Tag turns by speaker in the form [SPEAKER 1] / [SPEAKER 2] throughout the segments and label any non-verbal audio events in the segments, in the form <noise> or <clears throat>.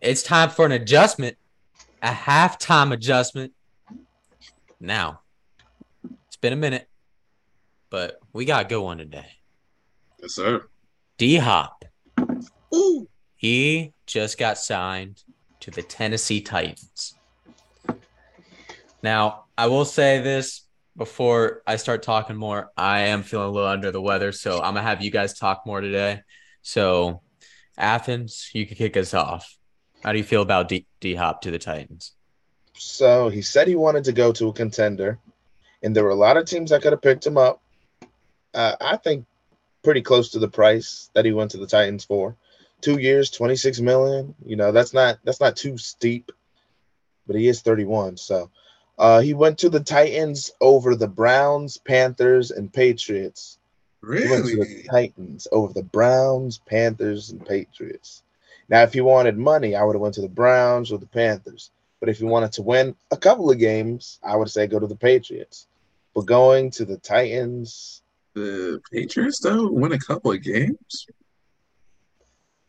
[SPEAKER 1] It's time for an adjustment, a halftime adjustment. Now, it's been a minute, but we got a good one today.
[SPEAKER 2] Yes, sir.
[SPEAKER 1] D Hop,
[SPEAKER 3] Ooh.
[SPEAKER 1] he just got signed to the Tennessee Titans. Now, I will say this before I start talking more. I am feeling a little under the weather, so I'm gonna have you guys talk more today. So, Athens, you can kick us off. How do you feel about D Hop to the Titans?
[SPEAKER 3] So he said he wanted to go to a contender, and there were a lot of teams that could have picked him up. Uh, I think pretty close to the price that he went to the Titans for. Two years, twenty six million. You know that's not that's not too steep, but he is thirty one. So uh, he went to the Titans over the Browns, Panthers, and Patriots. He went to the
[SPEAKER 2] Really?
[SPEAKER 3] Titans over the Browns, Panthers, and Patriots. Now, if he wanted money, I would have went to the Browns or the Panthers. But if he wanted to win a couple of games, I would say go to the Patriots. But going to the Titans,
[SPEAKER 2] The Patriots though win a couple of games.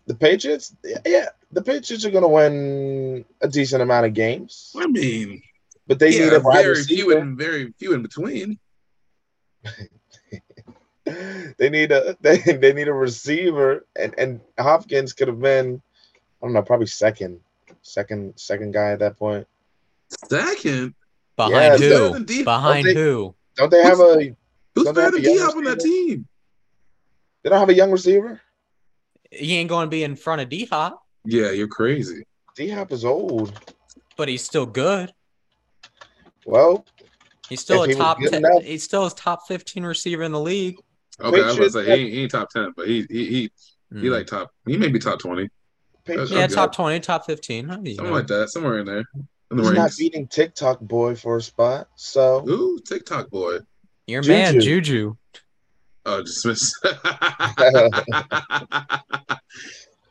[SPEAKER 3] the Patriots, yeah, the Patriots are going to win a decent amount of games.
[SPEAKER 2] I mean,
[SPEAKER 3] But they
[SPEAKER 2] yeah,
[SPEAKER 3] need a wide
[SPEAKER 2] very few
[SPEAKER 3] receiver.
[SPEAKER 2] and very few in between.
[SPEAKER 3] <laughs> they need a <laughs> they, they need a receiver, and and Hopkins could have been, I don't know, probably second, second, second guy at that point.
[SPEAKER 2] Second,
[SPEAKER 1] Behind
[SPEAKER 3] Yes.
[SPEAKER 2] Better
[SPEAKER 1] who?
[SPEAKER 2] than D-
[SPEAKER 1] Behind
[SPEAKER 3] Okay.
[SPEAKER 1] who?
[SPEAKER 3] Don't they have a?
[SPEAKER 2] who's
[SPEAKER 3] Don't they
[SPEAKER 2] better than
[SPEAKER 3] have a young
[SPEAKER 2] D Hop on that
[SPEAKER 3] receiver?
[SPEAKER 2] team?
[SPEAKER 3] They don't have a young receiver.
[SPEAKER 1] He ain't going to be in front of D Hop,
[SPEAKER 2] Yeah, you're crazy.
[SPEAKER 3] D Hop is old.
[SPEAKER 1] but he's still good.
[SPEAKER 3] Well,
[SPEAKER 1] He's still
[SPEAKER 3] If
[SPEAKER 1] a
[SPEAKER 3] he was
[SPEAKER 1] top.
[SPEAKER 3] good
[SPEAKER 1] Te-
[SPEAKER 3] enough-
[SPEAKER 1] he's still a top fifteen receiver in the league.
[SPEAKER 2] Okay, I was
[SPEAKER 3] Patriots,
[SPEAKER 2] about to say he ain't, he ain't top ten, but he he he, he
[SPEAKER 1] Mm.
[SPEAKER 2] like top. He may be top twenty,
[SPEAKER 3] Patriots
[SPEAKER 1] yeah,
[SPEAKER 2] good.
[SPEAKER 1] top twenty, top fifteen. huh, you
[SPEAKER 2] something
[SPEAKER 1] know.
[SPEAKER 2] like that, somewhere in there. In the
[SPEAKER 3] he's not
[SPEAKER 2] ranks.
[SPEAKER 3] beating TikTok boy for a spot. So <laughs>
[SPEAKER 2] Ooh, TikTok boy.
[SPEAKER 1] Your
[SPEAKER 3] Juju.
[SPEAKER 1] man Juju.
[SPEAKER 2] Oh,
[SPEAKER 3] <laughs>
[SPEAKER 2] dismiss. <laughs>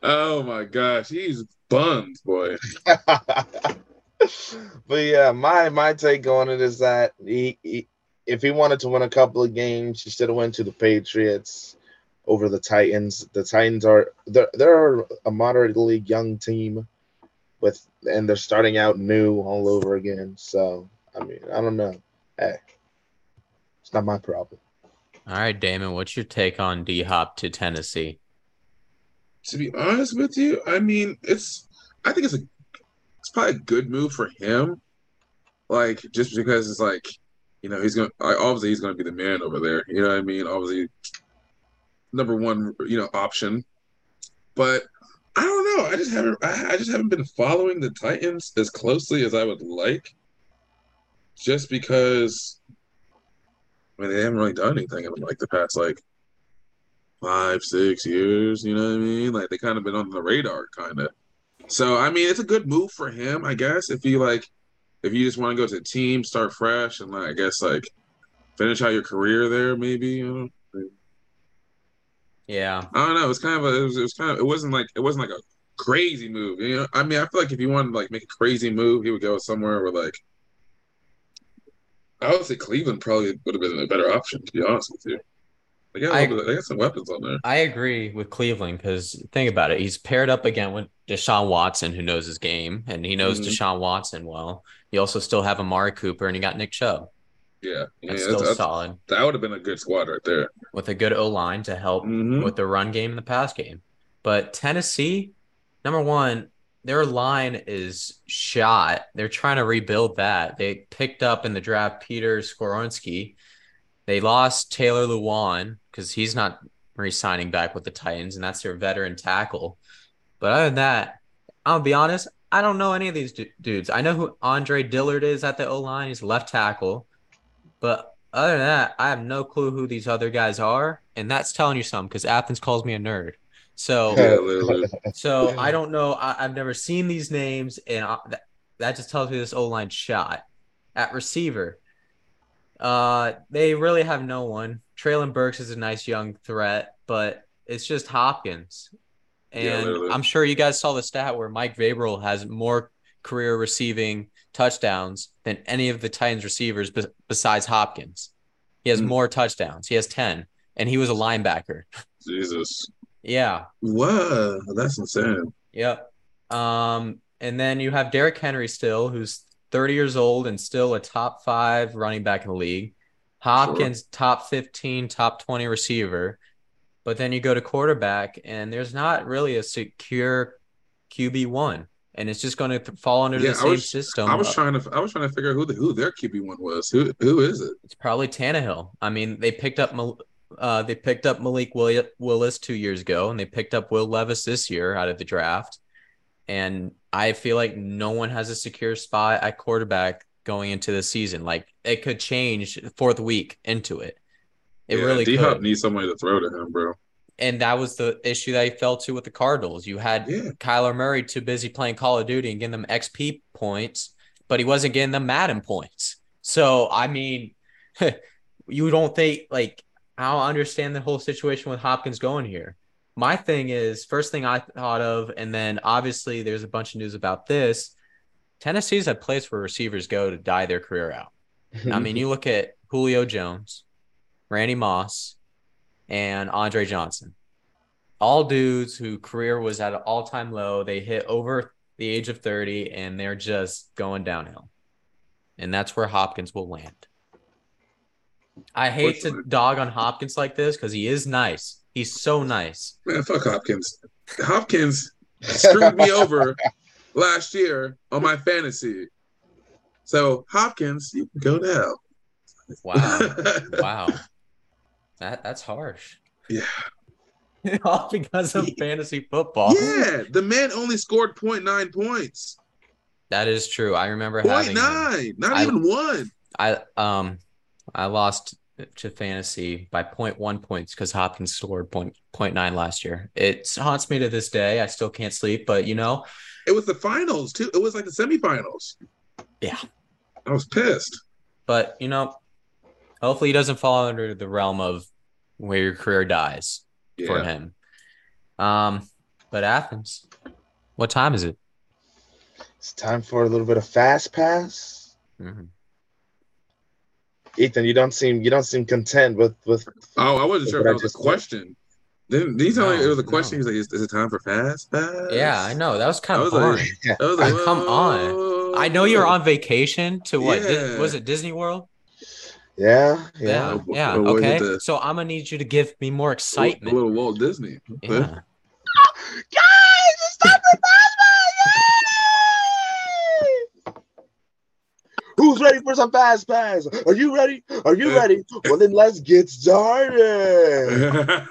[SPEAKER 2] oh my gosh, he's bummed, boy.
[SPEAKER 3] but yeah, my my take on it is that he, he if he wanted to win a couple of games, he should have went to the Patriots over the Titans. The Titans are they're they're a moderately young team with and they're starting out new all over again. So I mean, I don't know. Hey, it's not my problem.
[SPEAKER 1] All right, Damon, what's your take on D Hop to Tennessee?
[SPEAKER 2] to be honest with you, I mean, it's I think it's a it's probably a good move for him. Like just because it's like, you know, he's gonna like, obviously he's gonna be the man over there. You know what I mean? Obviously, number one, you know, option. But I don't know. I just haven't. I, I just haven't been following the Titans as closely as I would like. Just because, I mean, they haven't really done anything in like the past like five, six years. You know what I mean? Like they kind of been on the radar, kind of. So I mean, it's a good move for him, I guess. If you like, if you just want to go to a team, start fresh, and like, I guess like finish out your career there, maybe. You know?
[SPEAKER 1] Yeah.
[SPEAKER 2] I don't know. It's kind of a. It was, it was kind of. It wasn't like. It wasn't like a crazy move. You know. I mean, I feel like if you wanted to like make a crazy move, he would go somewhere where like. I would say Cleveland probably would have been a better option, to be honest with you. They got, a
[SPEAKER 1] I-
[SPEAKER 2] little bit- they got some weapons on there.
[SPEAKER 1] I agree with Cleveland because think about it. He's paired up again with Deshaun Watson, who knows his game, and he knows
[SPEAKER 2] Mhm.
[SPEAKER 1] Deshaun Watson well. You also still have Amari Cooper and you got Nick Chubb.
[SPEAKER 2] Yeah, yeah
[SPEAKER 1] That's
[SPEAKER 2] that's-
[SPEAKER 1] still
[SPEAKER 2] that's-
[SPEAKER 1] solid
[SPEAKER 2] That would have been a good squad right there.
[SPEAKER 1] with a good O line to help
[SPEAKER 2] Mhm.
[SPEAKER 1] with the run game and the pass game. But Tennessee, number one, their line is shot. They're trying to rebuild that. They picked up in the draft Peter Skoronski. They lost Taylor Luan because he's not re signing back with the Titans, and that's their veteran tackle. But other than that, I'll be honest, I don't know any of these du- dudes. I know who Andre Dillard is at the O line, he's left tackle. But other than that, I have no clue who these other guys are, and that's telling you something because Athens calls me a nerd. So,
[SPEAKER 2] Oh, Yeah, literally.
[SPEAKER 1] so I don't know. I, I've never seen these names, and I, that, that just tells me this O line shot at receiver. Uh, they really have no one. Traylon Burks is a nice young threat, but it's just Hopkins.
[SPEAKER 2] Yeah,
[SPEAKER 1] And
[SPEAKER 2] literally.
[SPEAKER 1] I'm sure you guys saw the stat where Mike Vrabel has more career receiving touchdowns than any of the Titans receivers be- besides Hopkins. He has
[SPEAKER 2] Hmm.
[SPEAKER 1] more touchdowns. He has 10, and he was a linebacker.
[SPEAKER 2] Jesus.
[SPEAKER 1] Yeah.
[SPEAKER 2] Whoa, that's insane.
[SPEAKER 1] Yep. Um, and then you have Derrick Henry still, who's 30 years old and still a top five running back in the league. Hopkins, top 15, top 20 receiver. But then you go to quarterback, and there's not really a secure QB1. And it's just going to fall under
[SPEAKER 2] Yeah,
[SPEAKER 1] the
[SPEAKER 2] I
[SPEAKER 1] same
[SPEAKER 2] was-
[SPEAKER 1] system.
[SPEAKER 2] I was
[SPEAKER 1] of-
[SPEAKER 2] trying to I was trying to figure out who the, who their QB one was. Who who is it?
[SPEAKER 1] It's probably Tannehill. I mean, they picked up Mal- uh, they picked up Malik Willi- Willis two years ago, and they picked up Will Levis this year out of the draft. And I feel like no one has a secure spot at quarterback going into the season. Like it could change fourth week into it. It
[SPEAKER 2] Yeah,
[SPEAKER 1] really
[SPEAKER 2] D Hop
[SPEAKER 1] could.
[SPEAKER 2] needs somebody to throw to him, bro.
[SPEAKER 1] and that was the issue that he fell to with the Cardinals. You had
[SPEAKER 2] Yeah,
[SPEAKER 1] Kyler Murray too busy playing Call of Duty and getting them XP points, but he wasn't getting them Madden points. So I mean, <laughs> you don't think like I don't understand the whole situation with Hopkins going here. My thing is first thing I thought of, and then obviously there's a bunch of news about this. Tennessee's a place where receivers go to die their career out. <laughs> I mean, you look at Julio Jones, Randy Moss, and Andre Johnson. All dudes who career was at an all-time low. They hit over the age of 30 and they're just going downhill. And that's where Hopkins will land. I hate to
[SPEAKER 2] Unfortunately.
[SPEAKER 1] dog on Hopkins like this because he is nice. He's so nice.
[SPEAKER 2] man, fuck Hopkins. Hopkins screwed me over last year on my fantasy. So Hopkins, you can go now. <laughs>
[SPEAKER 1] Wow. wow. That that's harsh.
[SPEAKER 2] Yeah.
[SPEAKER 1] <laughs> All because of fantasy football.
[SPEAKER 2] yeah, the man only scored 0.9 points.
[SPEAKER 1] That is true. I remember having
[SPEAKER 2] Point
[SPEAKER 1] him.
[SPEAKER 2] nine, not
[SPEAKER 1] I-
[SPEAKER 2] even one.
[SPEAKER 1] I um I lost to fantasy by 0.1 points because Hopkins scored point, 0.9 last year. It haunts me to this day. I still can't sleep, but you know,
[SPEAKER 2] It was the finals too. It was like the semifinals.
[SPEAKER 1] Yeah.
[SPEAKER 2] I was pissed.
[SPEAKER 1] but you know, hopefully he doesn't fall under the realm of where your career dies for
[SPEAKER 2] Yeah,
[SPEAKER 1] him. Um, but Athens, what time is it?
[SPEAKER 3] it's time for a little bit of fast pass.
[SPEAKER 2] Mm-hmm.
[SPEAKER 1] Mhm.
[SPEAKER 3] Ethan, you don't seem you don't seem content with with
[SPEAKER 2] oh, I wasn't sure if
[SPEAKER 3] But I
[SPEAKER 2] that was a
[SPEAKER 3] just-
[SPEAKER 2] question. Didn't, did he tell me
[SPEAKER 1] No,
[SPEAKER 2] it was a
[SPEAKER 1] no.
[SPEAKER 2] question? He's like, is, is it time for fast pass?
[SPEAKER 1] Yeah, I know that was kind
[SPEAKER 2] I
[SPEAKER 1] of
[SPEAKER 2] was like-
[SPEAKER 1] boring.
[SPEAKER 2] I was like,
[SPEAKER 1] Uh, come on.
[SPEAKER 2] whoa.
[SPEAKER 1] I know you're on vacation to what Dis-
[SPEAKER 2] Yeah.
[SPEAKER 1] was it Disney World?
[SPEAKER 3] yeah yeah.
[SPEAKER 1] Yeah,
[SPEAKER 2] Oh,
[SPEAKER 1] yeah,
[SPEAKER 2] oh, look at
[SPEAKER 1] okay.
[SPEAKER 2] this.
[SPEAKER 1] So I'm gonna need you to give me more
[SPEAKER 2] A little- A
[SPEAKER 1] excitement.
[SPEAKER 2] little Walt Disney. Okay.
[SPEAKER 1] Yeah.
[SPEAKER 3] Guys, it's time for fast pass! Who's ready for some fast pass? Are you ready? Are you ready? Well, then let's get started.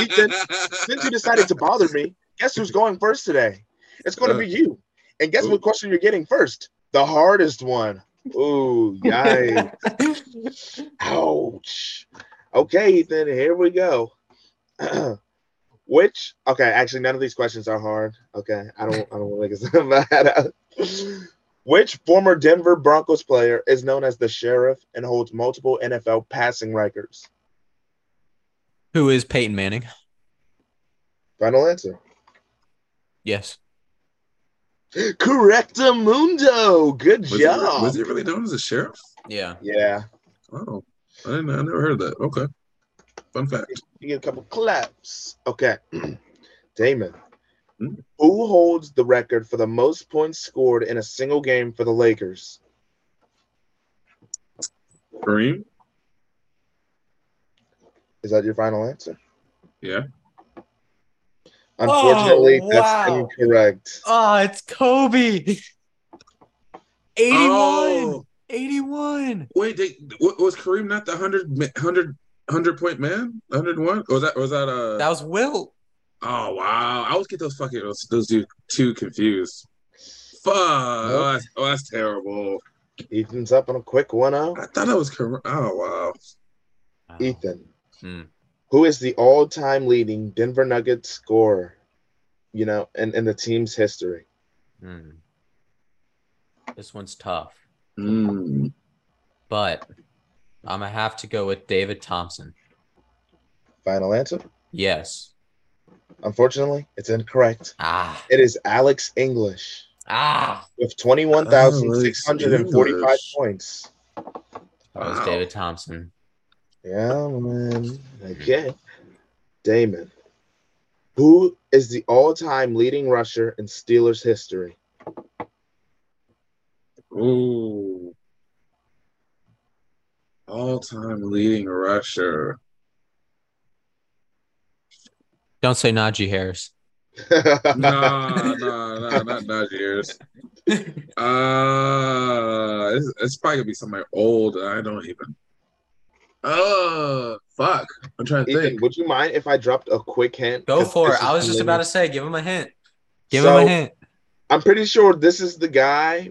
[SPEAKER 3] Ethan, Since you decided to bother me, guess who's going first today? It's going to be you. And guess what question you're getting first? The hardest one. Ooh, yikes. Ouch. Okay, Ethan, here we go. <clears throat> Which okay, actually none of these questions are hard. Okay. I don't I don't want to make it sound <laughs> bad. Which former Denver Broncos player is known as the sheriff and holds multiple NFL passing records?
[SPEAKER 1] Who is Peyton Manning?
[SPEAKER 3] Final answer.
[SPEAKER 1] Yes.
[SPEAKER 3] Correctamundo. Good
[SPEAKER 2] <laughs> was, he,
[SPEAKER 3] job.
[SPEAKER 2] was he really known as a sheriff?
[SPEAKER 1] Yeah.
[SPEAKER 3] Yeah.
[SPEAKER 2] Oh, I, didn't, I never heard of that. Okay. Fun fact.
[SPEAKER 3] You get a couple claps. Okay. <clears throat> Damon.
[SPEAKER 2] Hmm?
[SPEAKER 3] Who holds the record for the most points scored in a single game for the Lakers?
[SPEAKER 2] Kareem?
[SPEAKER 3] Is that your final answer?
[SPEAKER 2] Yeah.
[SPEAKER 3] Unfortunately,
[SPEAKER 1] Oh,
[SPEAKER 3] that's
[SPEAKER 1] wow.
[SPEAKER 3] incorrect.
[SPEAKER 1] Oh, it's Kobe. 81.
[SPEAKER 2] Oh,
[SPEAKER 1] 81.
[SPEAKER 2] wait, they, wa- was Kareem not the 100, ma- 100, 100 point man? 101? Or was that, was that, uh,
[SPEAKER 1] That was Will.
[SPEAKER 2] oh, wow. I always get those fucking, those, those dude too confused. Fuck. Oh, that's, oh, that's terrible.
[SPEAKER 3] Ethan's up on a quick 1 0.
[SPEAKER 2] I thought that was Kareem. Oh, wow.
[SPEAKER 1] Wow.
[SPEAKER 3] Ethan,
[SPEAKER 1] Hmm.
[SPEAKER 3] who is the all time leading Denver Nuggets scorer, you know, in, in the team's history?
[SPEAKER 1] Hmm. This one's tough,
[SPEAKER 2] Mm.
[SPEAKER 1] but I'm gonna have to go with David Thompson.
[SPEAKER 3] Final answer?
[SPEAKER 1] Yes.
[SPEAKER 3] Unfortunately, it's incorrect.
[SPEAKER 1] Ah.
[SPEAKER 3] It is Alex English.
[SPEAKER 1] Ah.
[SPEAKER 3] with 21,645
[SPEAKER 2] Alex English.
[SPEAKER 3] points.
[SPEAKER 1] That was
[SPEAKER 2] Wow.
[SPEAKER 1] David Thompson.
[SPEAKER 3] Yeah, man. Okay. Damon, Who is the all-time leading rusher in Steelers history?
[SPEAKER 2] Ooh. All time leading rusher.
[SPEAKER 1] Don't say Najee Harris.
[SPEAKER 2] Nah, nah, nah, not Najee's. Uh, it's, it's probably gonna be somebody old. I don't even. Oh, fuck. I'm trying to
[SPEAKER 3] <laughs> Ethan,
[SPEAKER 2] think.
[SPEAKER 3] would you mind if I dropped a quick hint?
[SPEAKER 1] Go
[SPEAKER 3] 'Cause
[SPEAKER 1] for
[SPEAKER 3] this
[SPEAKER 1] it.
[SPEAKER 3] is
[SPEAKER 1] I was just about
[SPEAKER 3] hilarious.
[SPEAKER 1] to say, give him a hint. Give
[SPEAKER 3] So-
[SPEAKER 1] him a hint.
[SPEAKER 3] I'm pretty sure this is the guy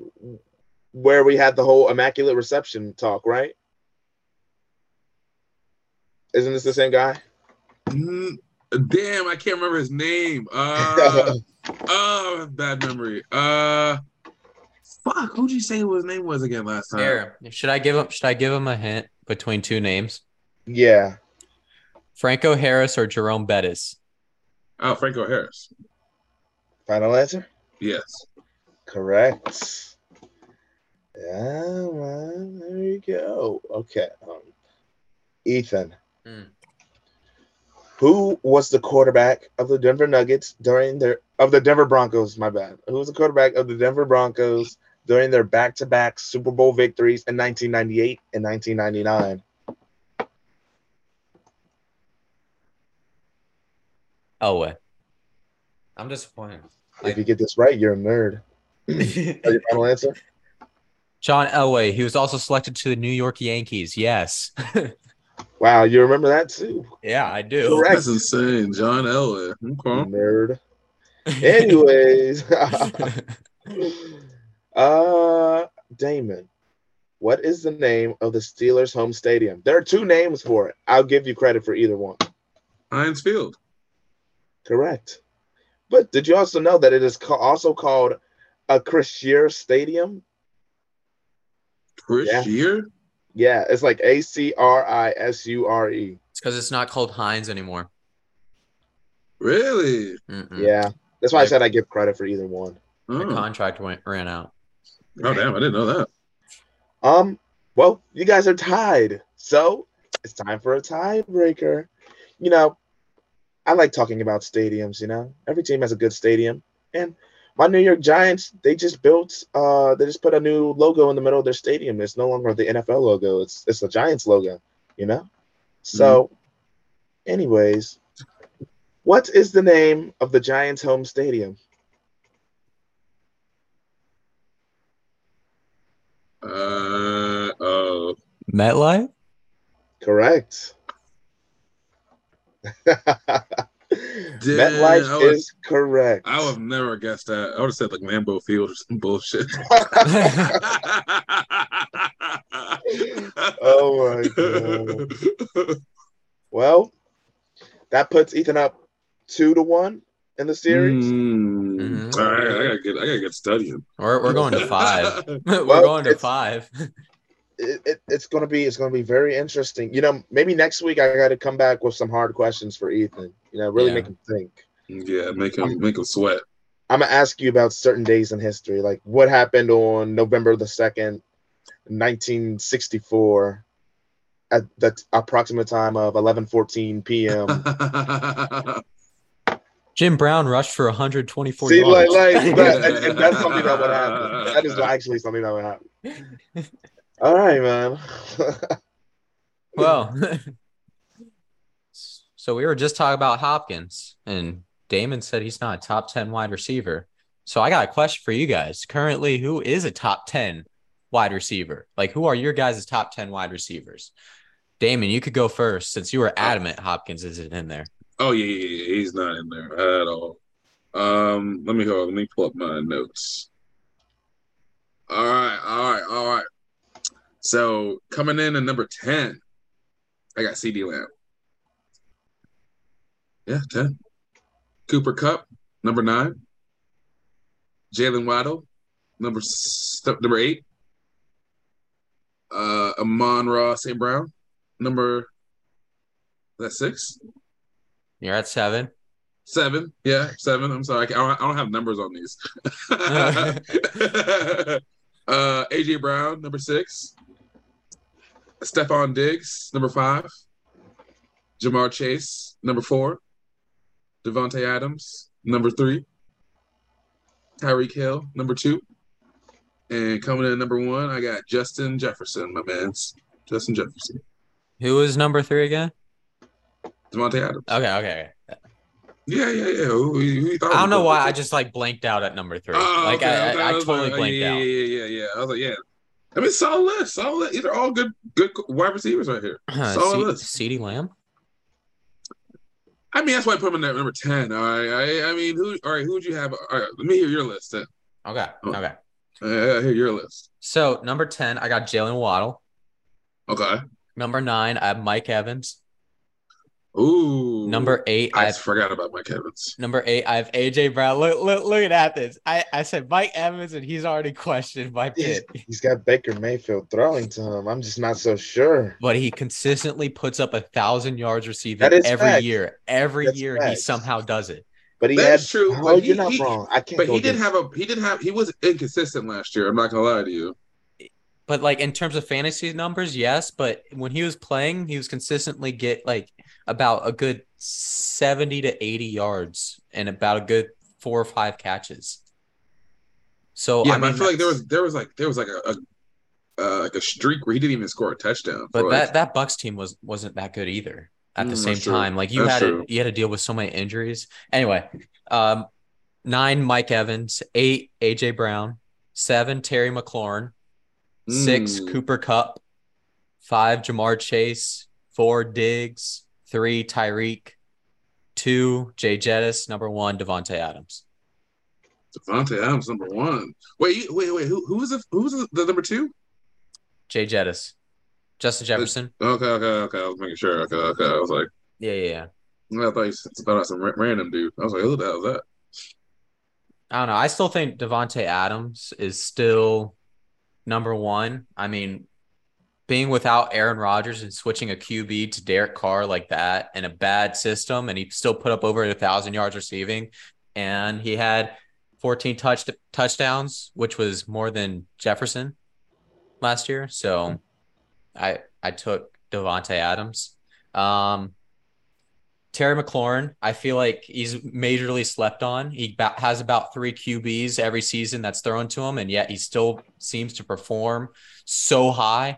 [SPEAKER 3] where we had the whole immaculate reception talk, right? Isn't this the same guy?
[SPEAKER 2] Mm, Damn, I can't remember his name.
[SPEAKER 3] <laughs>
[SPEAKER 2] Uh, oh, I have bad memory. Uh, fuck. Who'd you say his name was again last time?
[SPEAKER 1] Here, should I give him? Should I give him a hint between two names?
[SPEAKER 3] yeah.
[SPEAKER 1] Franco Harris or Jerome Bettis?
[SPEAKER 2] Oh, Franco Harris.
[SPEAKER 3] Final answer?
[SPEAKER 2] Yes.
[SPEAKER 3] Correct. Yeah, man. There you go. Okay. Um, Ethan.
[SPEAKER 1] Hmm.
[SPEAKER 3] Who was the quarterback of the Denver Nuggets during their of the Denver Broncos? My bad. Who was the quarterback of the Denver Broncos during their back-to-back Super Bowl victories in 1998 and 1999?
[SPEAKER 1] Elway. I'm
[SPEAKER 3] <clears throat>
[SPEAKER 1] disappointed.
[SPEAKER 3] If you get this right, you're a nerd. Is that your final answer?
[SPEAKER 1] John Elway. He was also selected to the New York Yankees. Yes.
[SPEAKER 3] Wow, you remember that too,
[SPEAKER 1] yeah, I do.
[SPEAKER 3] Correct.
[SPEAKER 2] That's insane. John Elway. Okay.
[SPEAKER 3] nerd.
[SPEAKER 1] <laughs>
[SPEAKER 3] Anyways. Uh, Damon, what is the name of the Steelers' home stadium? There are two names for it. I'll give you credit for either one.
[SPEAKER 2] Heinz Field.
[SPEAKER 3] Correct. But did you also know that it is ca- also called a Christier Stadium?
[SPEAKER 2] Chris
[SPEAKER 3] Yeah.
[SPEAKER 2] Year?
[SPEAKER 3] Yeah, it's like A C R I S U R E.
[SPEAKER 1] It's because it's not called Heinz anymore.
[SPEAKER 2] Really?
[SPEAKER 1] Mm-mm.
[SPEAKER 3] Yeah, that's why I
[SPEAKER 1] Like-
[SPEAKER 3] said I give credit for either one.
[SPEAKER 1] The
[SPEAKER 2] Oh.
[SPEAKER 1] contract went ran out.
[SPEAKER 2] Oh, damn. I didn't know that.
[SPEAKER 3] Um, well, you guys are tied, so it's time for a tiebreaker. You know, I like talking about stadiums. You know, every team has a good stadium, and my New York Giants they just built uh they just put a new logo in the middle of their stadium. It's no longer the NFL logo. It's it's the Giants logo. You know, so anyways, what is the name of the Giants home stadium?
[SPEAKER 2] Uh, oh.
[SPEAKER 1] MetLife.
[SPEAKER 3] Correct.
[SPEAKER 2] I
[SPEAKER 3] MetLife
[SPEAKER 2] would-
[SPEAKER 3] is correct.
[SPEAKER 2] I would have never guessed that. I would have said like Lambeau Field or some bullshit. <laughs>
[SPEAKER 3] oh my god. Well, that puts Ethan up two to one in the series.
[SPEAKER 2] Mm.
[SPEAKER 1] Mhm.
[SPEAKER 2] All right, I gotta get, I gotta get studying.
[SPEAKER 1] We're we're going to five.
[SPEAKER 3] <laughs>
[SPEAKER 1] <laughs> We're
[SPEAKER 3] Well,
[SPEAKER 1] going to
[SPEAKER 3] it's-
[SPEAKER 1] five.
[SPEAKER 3] It, it, it's gonna be it's gonna be very interesting. You know, maybe next week I got to come back with some hard questions for Ethan. You know, really
[SPEAKER 1] Yeah.
[SPEAKER 3] make him think.
[SPEAKER 2] Yeah, make him make him sweat. <laughs>
[SPEAKER 3] I'm gonna ask you about certain days in history, like what happened on November the second, 1964, at the t- approximate time of 11:14
[SPEAKER 2] <laughs>
[SPEAKER 3] p.m.
[SPEAKER 1] Jim Brown rushed for 124
[SPEAKER 3] See, like,
[SPEAKER 1] yards.
[SPEAKER 3] like
[SPEAKER 1] <laughs>
[SPEAKER 3] that, and, and that's something that would happen. That is actually something that would happen. All right, man. <laughs>
[SPEAKER 1] well, <laughs> so we were just talking about Hopkins, and Damon said he's not a top 10 wide receiver. So I got a question for you guys. Currently, who is a top 10 wide receiver? Like, who are your guys' top 10 wide receivers? Damon, you could go first since you were adamant Hopkins isn't in there.
[SPEAKER 2] oh yeah, yeah, yeah, he's not in there at all. Um, let me go. Let me pull up my notes. All right, all right, all right. So coming in at number ten, I got CD Lamb. Yeah, ten. Cooper Cup, number nine. Jalen Waddle, number s- number eight. Uh, Amon Ross St. Brown, number that's six,
[SPEAKER 1] You're at seven.
[SPEAKER 2] seven. Yeah, seven. I'm sorry, I don't, I don't have numbers on these. uh, AJ Brown, number six. Stephon Diggs, number five. Jamar Chase, number four. Devonte Adams, number three. Tyreek Hill, number two. And coming in at number one, I got Justin Jefferson, my man's Justin Jefferson.
[SPEAKER 1] Who is number three again?
[SPEAKER 2] Devontae Adams.
[SPEAKER 1] Okay, okay. okay.
[SPEAKER 2] Yeah, yeah, yeah. Who, who you thought
[SPEAKER 1] I
[SPEAKER 2] was
[SPEAKER 1] don't know
[SPEAKER 2] number
[SPEAKER 1] why
[SPEAKER 2] three?
[SPEAKER 1] I just like blanked out at number three.
[SPEAKER 2] Oh,
[SPEAKER 1] like
[SPEAKER 2] okay,
[SPEAKER 1] I,
[SPEAKER 2] okay.
[SPEAKER 1] I, I
[SPEAKER 2] was
[SPEAKER 1] totally
[SPEAKER 2] like, oh,
[SPEAKER 1] blanked
[SPEAKER 2] yeah,
[SPEAKER 1] out.
[SPEAKER 2] Yeah, yeah, yeah. I was like, yeah. I mean, solid list, solid list. These are all good, good wide receivers right here. Solid
[SPEAKER 1] <laughs> C-
[SPEAKER 2] list.
[SPEAKER 1] CeeDee Lamb.
[SPEAKER 2] I mean, that's why I put him in at number ten. All right. I, I mean, who? All right. Who would you have? All right. Let me hear your list. Then.
[SPEAKER 1] Okay,
[SPEAKER 2] Oh.
[SPEAKER 1] okay.
[SPEAKER 2] Uh, I hear your list.
[SPEAKER 1] So number ten, I got Jalen Waddle.
[SPEAKER 2] Okay.
[SPEAKER 1] Number nine, I have Mike Evans.
[SPEAKER 2] Ooh.
[SPEAKER 1] Number eight, I
[SPEAKER 2] I
[SPEAKER 1] have,
[SPEAKER 2] forgot about Mike Evans.
[SPEAKER 1] number eight, I have AJ Brown. Look, look, look at Athens. I, I said Mike Evans, and he's already <laughs> questioned my
[SPEAKER 3] He's,
[SPEAKER 1] pick.
[SPEAKER 3] he's got Baker Mayfield throwing to him. I'm just not so sure.
[SPEAKER 1] But he consistently puts up a thousand yards receiving
[SPEAKER 3] That is
[SPEAKER 1] every
[SPEAKER 3] facts.
[SPEAKER 1] year. Every
[SPEAKER 3] That's
[SPEAKER 1] year he
[SPEAKER 3] facts.
[SPEAKER 1] somehow does it.
[SPEAKER 3] But he
[SPEAKER 2] That's
[SPEAKER 3] had,
[SPEAKER 2] true,
[SPEAKER 3] Oh,
[SPEAKER 2] but he-
[SPEAKER 3] you're not
[SPEAKER 2] he-
[SPEAKER 3] wrong. I can't.
[SPEAKER 2] But
[SPEAKER 3] go
[SPEAKER 2] he did
[SPEAKER 3] against-
[SPEAKER 2] have a. He did have. He was inconsistent last year. I'm not gonna lie to you.
[SPEAKER 1] But like in terms of fantasy numbers, yes. But when he was playing, he was consistently get like about a good seventy to eighty yards and about a good four or five catches. So
[SPEAKER 2] yeah,
[SPEAKER 1] I
[SPEAKER 2] I,
[SPEAKER 1] mean,
[SPEAKER 2] I feel like there
[SPEAKER 1] that's-
[SPEAKER 2] was there was like there was like a, a uh, like a streak where he didn't even score a touchdown.
[SPEAKER 1] But
[SPEAKER 2] for, like,
[SPEAKER 1] that that Bucks team was wasn't that good either. At the
[SPEAKER 2] Mm,
[SPEAKER 1] same
[SPEAKER 2] that's true.
[SPEAKER 1] time, like you
[SPEAKER 2] That's
[SPEAKER 1] had to,
[SPEAKER 2] true.
[SPEAKER 1] you had to deal with so many injuries. Anyway, um, nine Mike Evans, eight AJ Brown, seven Terry McLaurin, six
[SPEAKER 2] Mm.
[SPEAKER 1] Cooper Cup, five Jamar Chase, four Diggs, three Tyreek, two Jay Jettis, number one Devonte Adams.
[SPEAKER 2] Devontae Adams number one. Wait, you- wait, wait. Who who was the who was the, the number two?
[SPEAKER 1] Jay Jettis, Justin Jefferson.
[SPEAKER 2] Okay, okay, okay. I was making sure. Okay, okay. I was like,
[SPEAKER 1] Yeah, yeah, yeah.
[SPEAKER 2] I thought you said- thought I was some ra- random dude. I was like, who the hell is that?
[SPEAKER 1] I don't know. I still think Devonte Adams is still number one. I mean, being without Aaron Rodgers and switching a QB to Derek Carr like that in a bad system, and he still put up over a thousand yards receiving, and he had 14 touch touchdowns, which was more than Jefferson last year. So, I I took Devonte Adams. Um, Terry McLaurin, I feel like he's majorly slept on. He ba- has about three QBs every season that's thrown to him, and yet he still seems to perform so high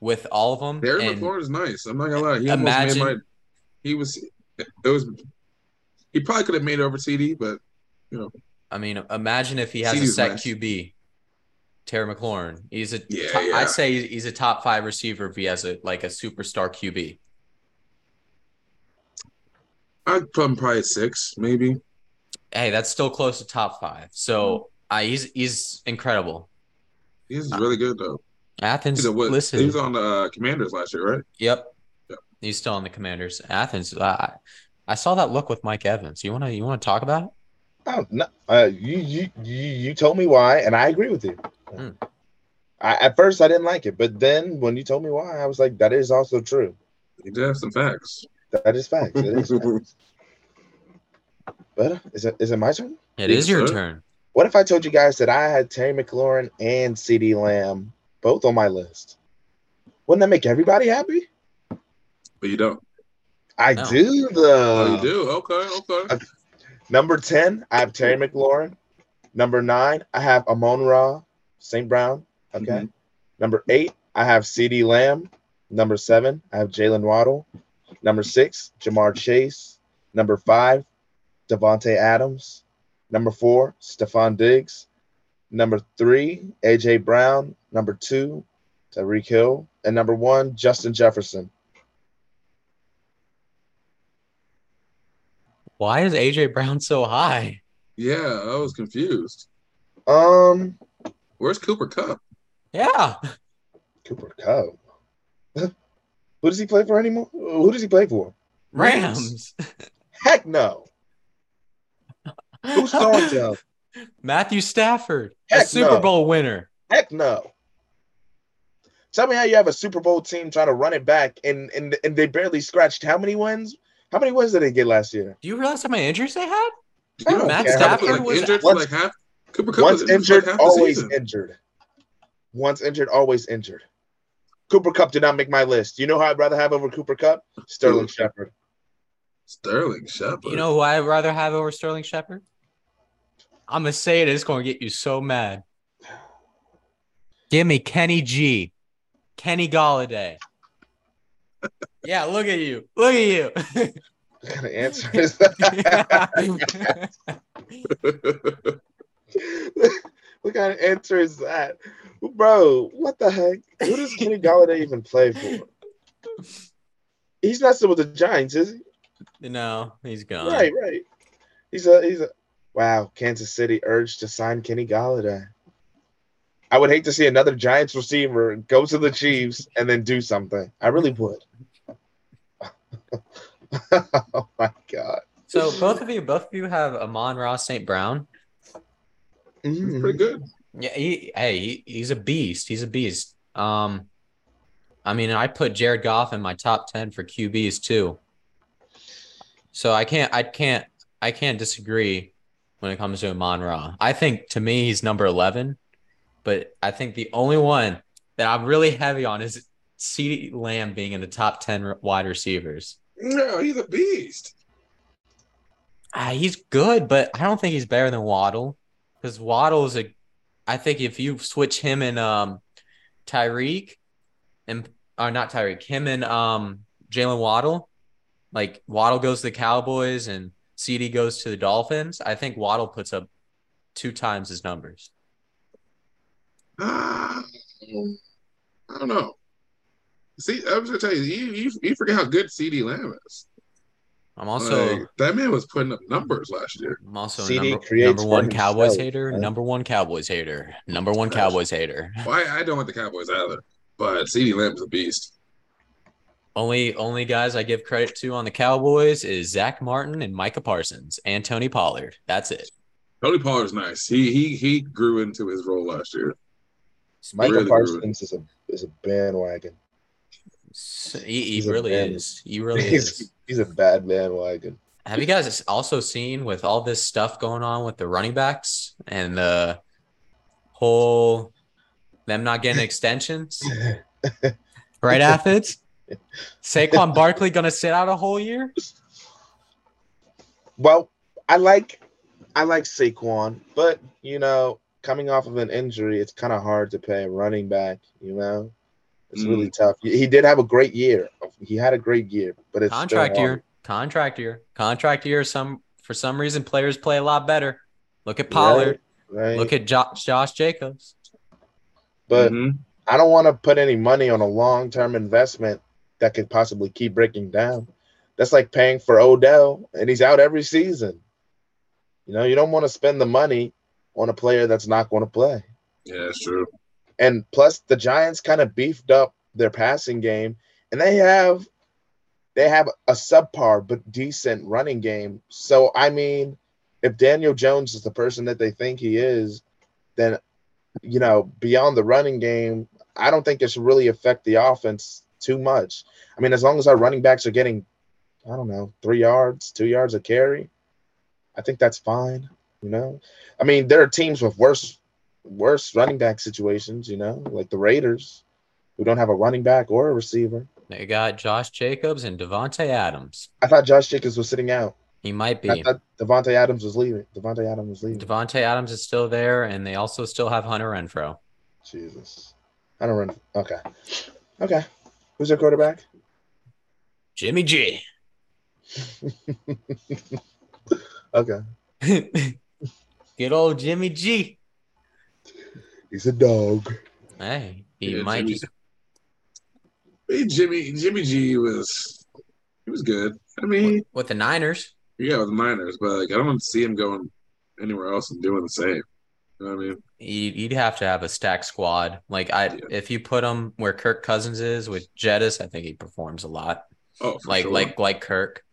[SPEAKER 1] with all of them.
[SPEAKER 2] Darren
[SPEAKER 1] And
[SPEAKER 2] McLaurin is nice. I'm not gonna lie. He
[SPEAKER 1] Imagine-
[SPEAKER 2] almost made my. He was. It was. He probably could have made it over TD, but
[SPEAKER 1] I mean, imagine if he has a
[SPEAKER 2] CeeDee's
[SPEAKER 1] set
[SPEAKER 2] nice.
[SPEAKER 1] QB. Terry McLaurin, he's a.
[SPEAKER 2] Yeah,
[SPEAKER 1] to-
[SPEAKER 2] yeah.
[SPEAKER 1] I'd say he's- he's a top five receiver if he has a like a superstar QB.
[SPEAKER 2] I'd put him probably at six, maybe.
[SPEAKER 1] Hey, that's still close to top five. So I he's he's incredible.
[SPEAKER 2] He's really good though.
[SPEAKER 1] Athens,
[SPEAKER 2] He's a, what,
[SPEAKER 1] Uh, listen,
[SPEAKER 2] he was on the uh, Commanders last year, right?
[SPEAKER 1] Yep.
[SPEAKER 2] Yep.
[SPEAKER 1] He's still on the Commanders. Athens. I I I saw that look with Mike Evans. You wanna you wanna talk about it?
[SPEAKER 3] Oh, no, uh, you, you you you told me why, and I agree with you.
[SPEAKER 1] Hmm.
[SPEAKER 3] I, at first, I didn't like it, but then when you told me why, I was like, that is also true.
[SPEAKER 2] He did have some facts.
[SPEAKER 3] That is facts. It
[SPEAKER 2] <laughs>
[SPEAKER 3] is facts. But uh, is it is it my turn?
[SPEAKER 1] It
[SPEAKER 2] Yes,
[SPEAKER 1] is your
[SPEAKER 2] sir.
[SPEAKER 1] turn.
[SPEAKER 3] What if I told you guys that I had Terry McLaurin and C.D. Lamb both on my list? Wouldn't that make everybody happy?
[SPEAKER 2] But you don't.
[SPEAKER 3] I
[SPEAKER 1] No.
[SPEAKER 3] do though.
[SPEAKER 2] oh, you do? Okay, okay.
[SPEAKER 3] Number 10, I have Terry McLaurin. Number nine, I have Amon Ra, St. Brown. Okay.
[SPEAKER 2] Mhm.
[SPEAKER 3] Number eight, I have CD Lamb. Number seven, I have Jalen Waddle. Number six, Jamar Chase. Number five, Devontae Adams. Number four, Stephon Diggs. Number three, AJ Brown. Number two, Tyreek Hill. And number one, Justin Jefferson.
[SPEAKER 1] Why is AJ Brown so high?
[SPEAKER 2] Yeah, I was confused.
[SPEAKER 3] Um,
[SPEAKER 2] Where's Cooper Cup?
[SPEAKER 1] Yeah.
[SPEAKER 3] Cooper Cup. Who does he play for anymore? Who does he play for?
[SPEAKER 1] Rams.
[SPEAKER 3] Heck no. Who's
[SPEAKER 1] <laughs>
[SPEAKER 2] <laughs>
[SPEAKER 3] throwing to him?
[SPEAKER 1] Matthew Stafford, a
[SPEAKER 3] Heck
[SPEAKER 1] Super
[SPEAKER 3] no.
[SPEAKER 1] Bowl winner.
[SPEAKER 3] Heck no. Tell me how you have a Super Bowl team trying to run it back and and, and they barely scratched how many wins? How many wins did they get last year?
[SPEAKER 1] Do you realize how many injuries they had?
[SPEAKER 2] Do
[SPEAKER 3] I don't
[SPEAKER 2] know
[SPEAKER 3] Matt
[SPEAKER 2] Cooper
[SPEAKER 1] Stafford
[SPEAKER 2] like,
[SPEAKER 1] was-
[SPEAKER 2] injured
[SPEAKER 3] Once-
[SPEAKER 2] for like half. Cooper Cup
[SPEAKER 3] Once
[SPEAKER 2] was injured,
[SPEAKER 3] injured,
[SPEAKER 2] for like half
[SPEAKER 3] always
[SPEAKER 2] the season.
[SPEAKER 3] injured. Once injured, always injured. Cooper Cup did not make my list. You know who I'd rather have over Cooper Cup? Sterling
[SPEAKER 2] Who?
[SPEAKER 3] Shepard. <laughs>
[SPEAKER 2] Sterling Shepard.
[SPEAKER 1] You know who I'd rather have over Sterling Shepard? I'm gonna say it. It's gonna get you so mad. Give me Kenny G, Kenny Galladay. yeah, look at you. Look at you.
[SPEAKER 3] What kind of
[SPEAKER 2] <laughs>
[SPEAKER 3] answer is <laughs> that? what kind of answer is that? Bro, what the heck? Who does Kenny Galladay even play for? He's not still with the Giants, is
[SPEAKER 1] <laughs>
[SPEAKER 3] he?
[SPEAKER 1] no, he's gone.
[SPEAKER 3] Right, right. He's a he's a wow, Kansas City urged to sign Kenny Galladay. I would hate to see another Giants receiver go to the Chiefs and then do something. I really would. <laughs> oh my god.
[SPEAKER 1] So both of you, both of you have Amon Ross St. Brown.
[SPEAKER 2] <laughs> He's
[SPEAKER 3] Mm.
[SPEAKER 2] pretty good.
[SPEAKER 1] Yeah, he, hey, he, he's a beast. He's a beast. Um, I mean, I put Jared Goff in my top ten for QBs too. So I can't, I can't, I can't disagree when it comes to Amon Ra. I think to me he's number eleven, but I think the only one that I'm really heavy on is CeeDee Lamb being in the top ten re- wide receivers.
[SPEAKER 2] No, he's a beast.
[SPEAKER 1] Ah, he's good, but I don't think he's better than Waddle because Waddle is a. I think if you switch him and um, Tyreek, and or not Tyreek, him and um, Jalen Waddle, like Waddle goes to the Cowboys and CD goes to the Dolphins. I think Waddle puts up two times his numbers.
[SPEAKER 2] Ah, I don't know. See, I'm just gonna tell you, you, you, you forget how good CD Lamb is.
[SPEAKER 1] I'm also
[SPEAKER 2] Like, that man was putting up numbers last year.
[SPEAKER 1] I'm also a
[SPEAKER 3] CD
[SPEAKER 1] number,
[SPEAKER 3] creates
[SPEAKER 1] number
[SPEAKER 3] for
[SPEAKER 1] one Cowboys
[SPEAKER 3] himself,
[SPEAKER 1] hater,
[SPEAKER 3] man.
[SPEAKER 1] number one Cowboys hater, number one
[SPEAKER 2] That's-
[SPEAKER 1] Cowboys hater.
[SPEAKER 2] Well, I, I don't want the Cowboys either, but CD Lamb is a beast.
[SPEAKER 1] Only only guys I give credit to on the Cowboys is Zach Martin and Micah Parsons and Tony Pollard. That's it.
[SPEAKER 2] Tony Pollard's nice. He he he grew into his role last year.
[SPEAKER 3] Michael
[SPEAKER 2] Really good.
[SPEAKER 3] Parsons is a is a bandwagon.
[SPEAKER 1] S- He,
[SPEAKER 3] He's
[SPEAKER 1] he
[SPEAKER 3] a
[SPEAKER 1] really
[SPEAKER 3] man.
[SPEAKER 1] is. He really
[SPEAKER 3] he's,
[SPEAKER 1] is.
[SPEAKER 3] he's a bad bandwagon.
[SPEAKER 1] Have you guys also seen with all this stuff going on with the running backs and the whole them not getting
[SPEAKER 3] <laughs>
[SPEAKER 1] extensions? Right, athletes? Saquon Barkley gonna sit out a whole year?
[SPEAKER 3] Well, I like I like Saquon, but you know, coming off of an injury, it's kind of hard to pay a running back. You know, it's
[SPEAKER 1] Mm.
[SPEAKER 3] really tough. He he did have a great year. He had a great year, but it's still
[SPEAKER 1] Contract
[SPEAKER 3] hard.
[SPEAKER 1] year. Contract year. Contract year. Some for some reason players play a lot better. Look at
[SPEAKER 3] Right,
[SPEAKER 1] Pollard.
[SPEAKER 3] right?
[SPEAKER 1] Look at Josh, Josh Jacobs.
[SPEAKER 3] but
[SPEAKER 2] Mhm.
[SPEAKER 3] I don't want to put any money on a long term investment that could possibly keep breaking down. That's like paying for Odell, and he's out every season. You know, you don't want to spend the money on a player that's not going to play.
[SPEAKER 2] yeah, that's true.
[SPEAKER 3] And plus, the Giants kind of beefed up their passing game, and they have they have a subpar but decent running game. So I mean, if Daniel Jones is the person that they think he is, then you know beyond the running game, I don't think it should really affect the offense too much. I mean, as long as our running backs are getting, I don't know, three yards, two yards a carry, I think that's fine. You know, I mean, there are teams with worse worse running back situations, you know, like the Raiders, who don't have a running back or a receiver.
[SPEAKER 1] They got Josh Jacobs and Devontae Adams.
[SPEAKER 3] I thought Josh Jacobs was sitting out.
[SPEAKER 1] He might
[SPEAKER 3] I
[SPEAKER 1] be.
[SPEAKER 3] thought Devontae Adams was leaving. Devontae Adams was leaving.
[SPEAKER 1] Devontae Adams is still there, and they also still have Hunter Renfro.
[SPEAKER 3] Jesus. I don't run. Okay. Okay. Who's their quarterback? <laughs>
[SPEAKER 1] Jimmy G.
[SPEAKER 3] Okay.
[SPEAKER 1] <laughs> Good old Jimmy G.
[SPEAKER 3] He's a dog.
[SPEAKER 1] Hey, he
[SPEAKER 2] Yeah,
[SPEAKER 1] might
[SPEAKER 2] Jimmy-
[SPEAKER 1] just
[SPEAKER 2] Hey, Jimmy Jimmy G was he was good. I mean,
[SPEAKER 1] with the Niners.
[SPEAKER 2] yeah, with the Niners, but like I don't see him going anywhere else and doing the same. You know what I mean?
[SPEAKER 1] You'd, you'd have to have a stacked squad. Like I,
[SPEAKER 2] Yeah.
[SPEAKER 1] if you put him where Kirk Cousins is with Jettis, I think he performs a lot.
[SPEAKER 2] Oh, for
[SPEAKER 1] Like
[SPEAKER 2] sure.
[SPEAKER 1] like like Kirk.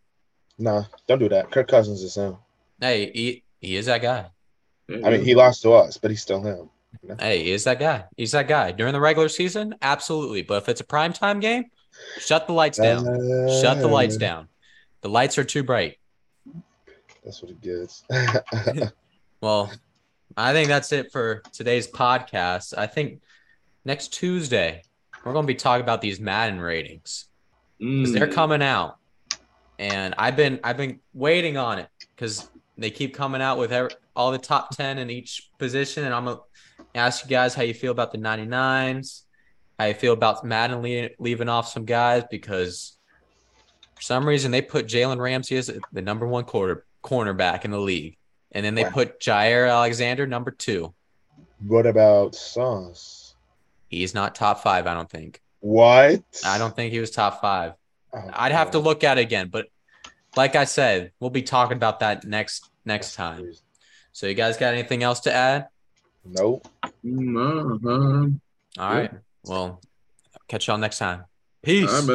[SPEAKER 3] Nah, don't do that. Kirk Cousins is him.
[SPEAKER 1] Hey, he, he is that guy.
[SPEAKER 2] Yeah,
[SPEAKER 3] I mean,
[SPEAKER 1] Mm.
[SPEAKER 3] he lost to us, but he's still him.
[SPEAKER 1] Hey, he is that guy. He's that guy. During the regular season, absolutely. But if it's a prime time game, shut the lights down. Shut the
[SPEAKER 3] Uh.
[SPEAKER 1] lights down. The lights are too bright.
[SPEAKER 3] That's what it gets. <laughs>
[SPEAKER 1] Well, I think that's it for today's podcast. I think next Tuesday, we're going to be talking about these Madden ratings
[SPEAKER 2] Mm.
[SPEAKER 1] because they're coming out. and I've been I've been waiting on it because they keep coming out with every, all the top ten in each position, and I'm gonna ask you guys how you feel about the 99s, how you feel about Madden le- leaving off some guys because for some reason they put Jalen Ramsey as the number one quarter cornerback in the league, and then they
[SPEAKER 3] Wow.
[SPEAKER 1] put Jair Alexander number two.
[SPEAKER 3] What about Sauce?
[SPEAKER 1] He's not top five, I don't think.
[SPEAKER 3] What?
[SPEAKER 1] I don't think he was top five.
[SPEAKER 3] Oh,
[SPEAKER 1] I'd have to
[SPEAKER 3] God.
[SPEAKER 1] look at it again, but like I said, we'll be talking about that next next time. So you guys got anything else to add?
[SPEAKER 3] Nope.
[SPEAKER 2] Mm, uh-huh.
[SPEAKER 1] All
[SPEAKER 2] Yeah.
[SPEAKER 1] right. Well, catch y'all next time. Peace.
[SPEAKER 2] I'm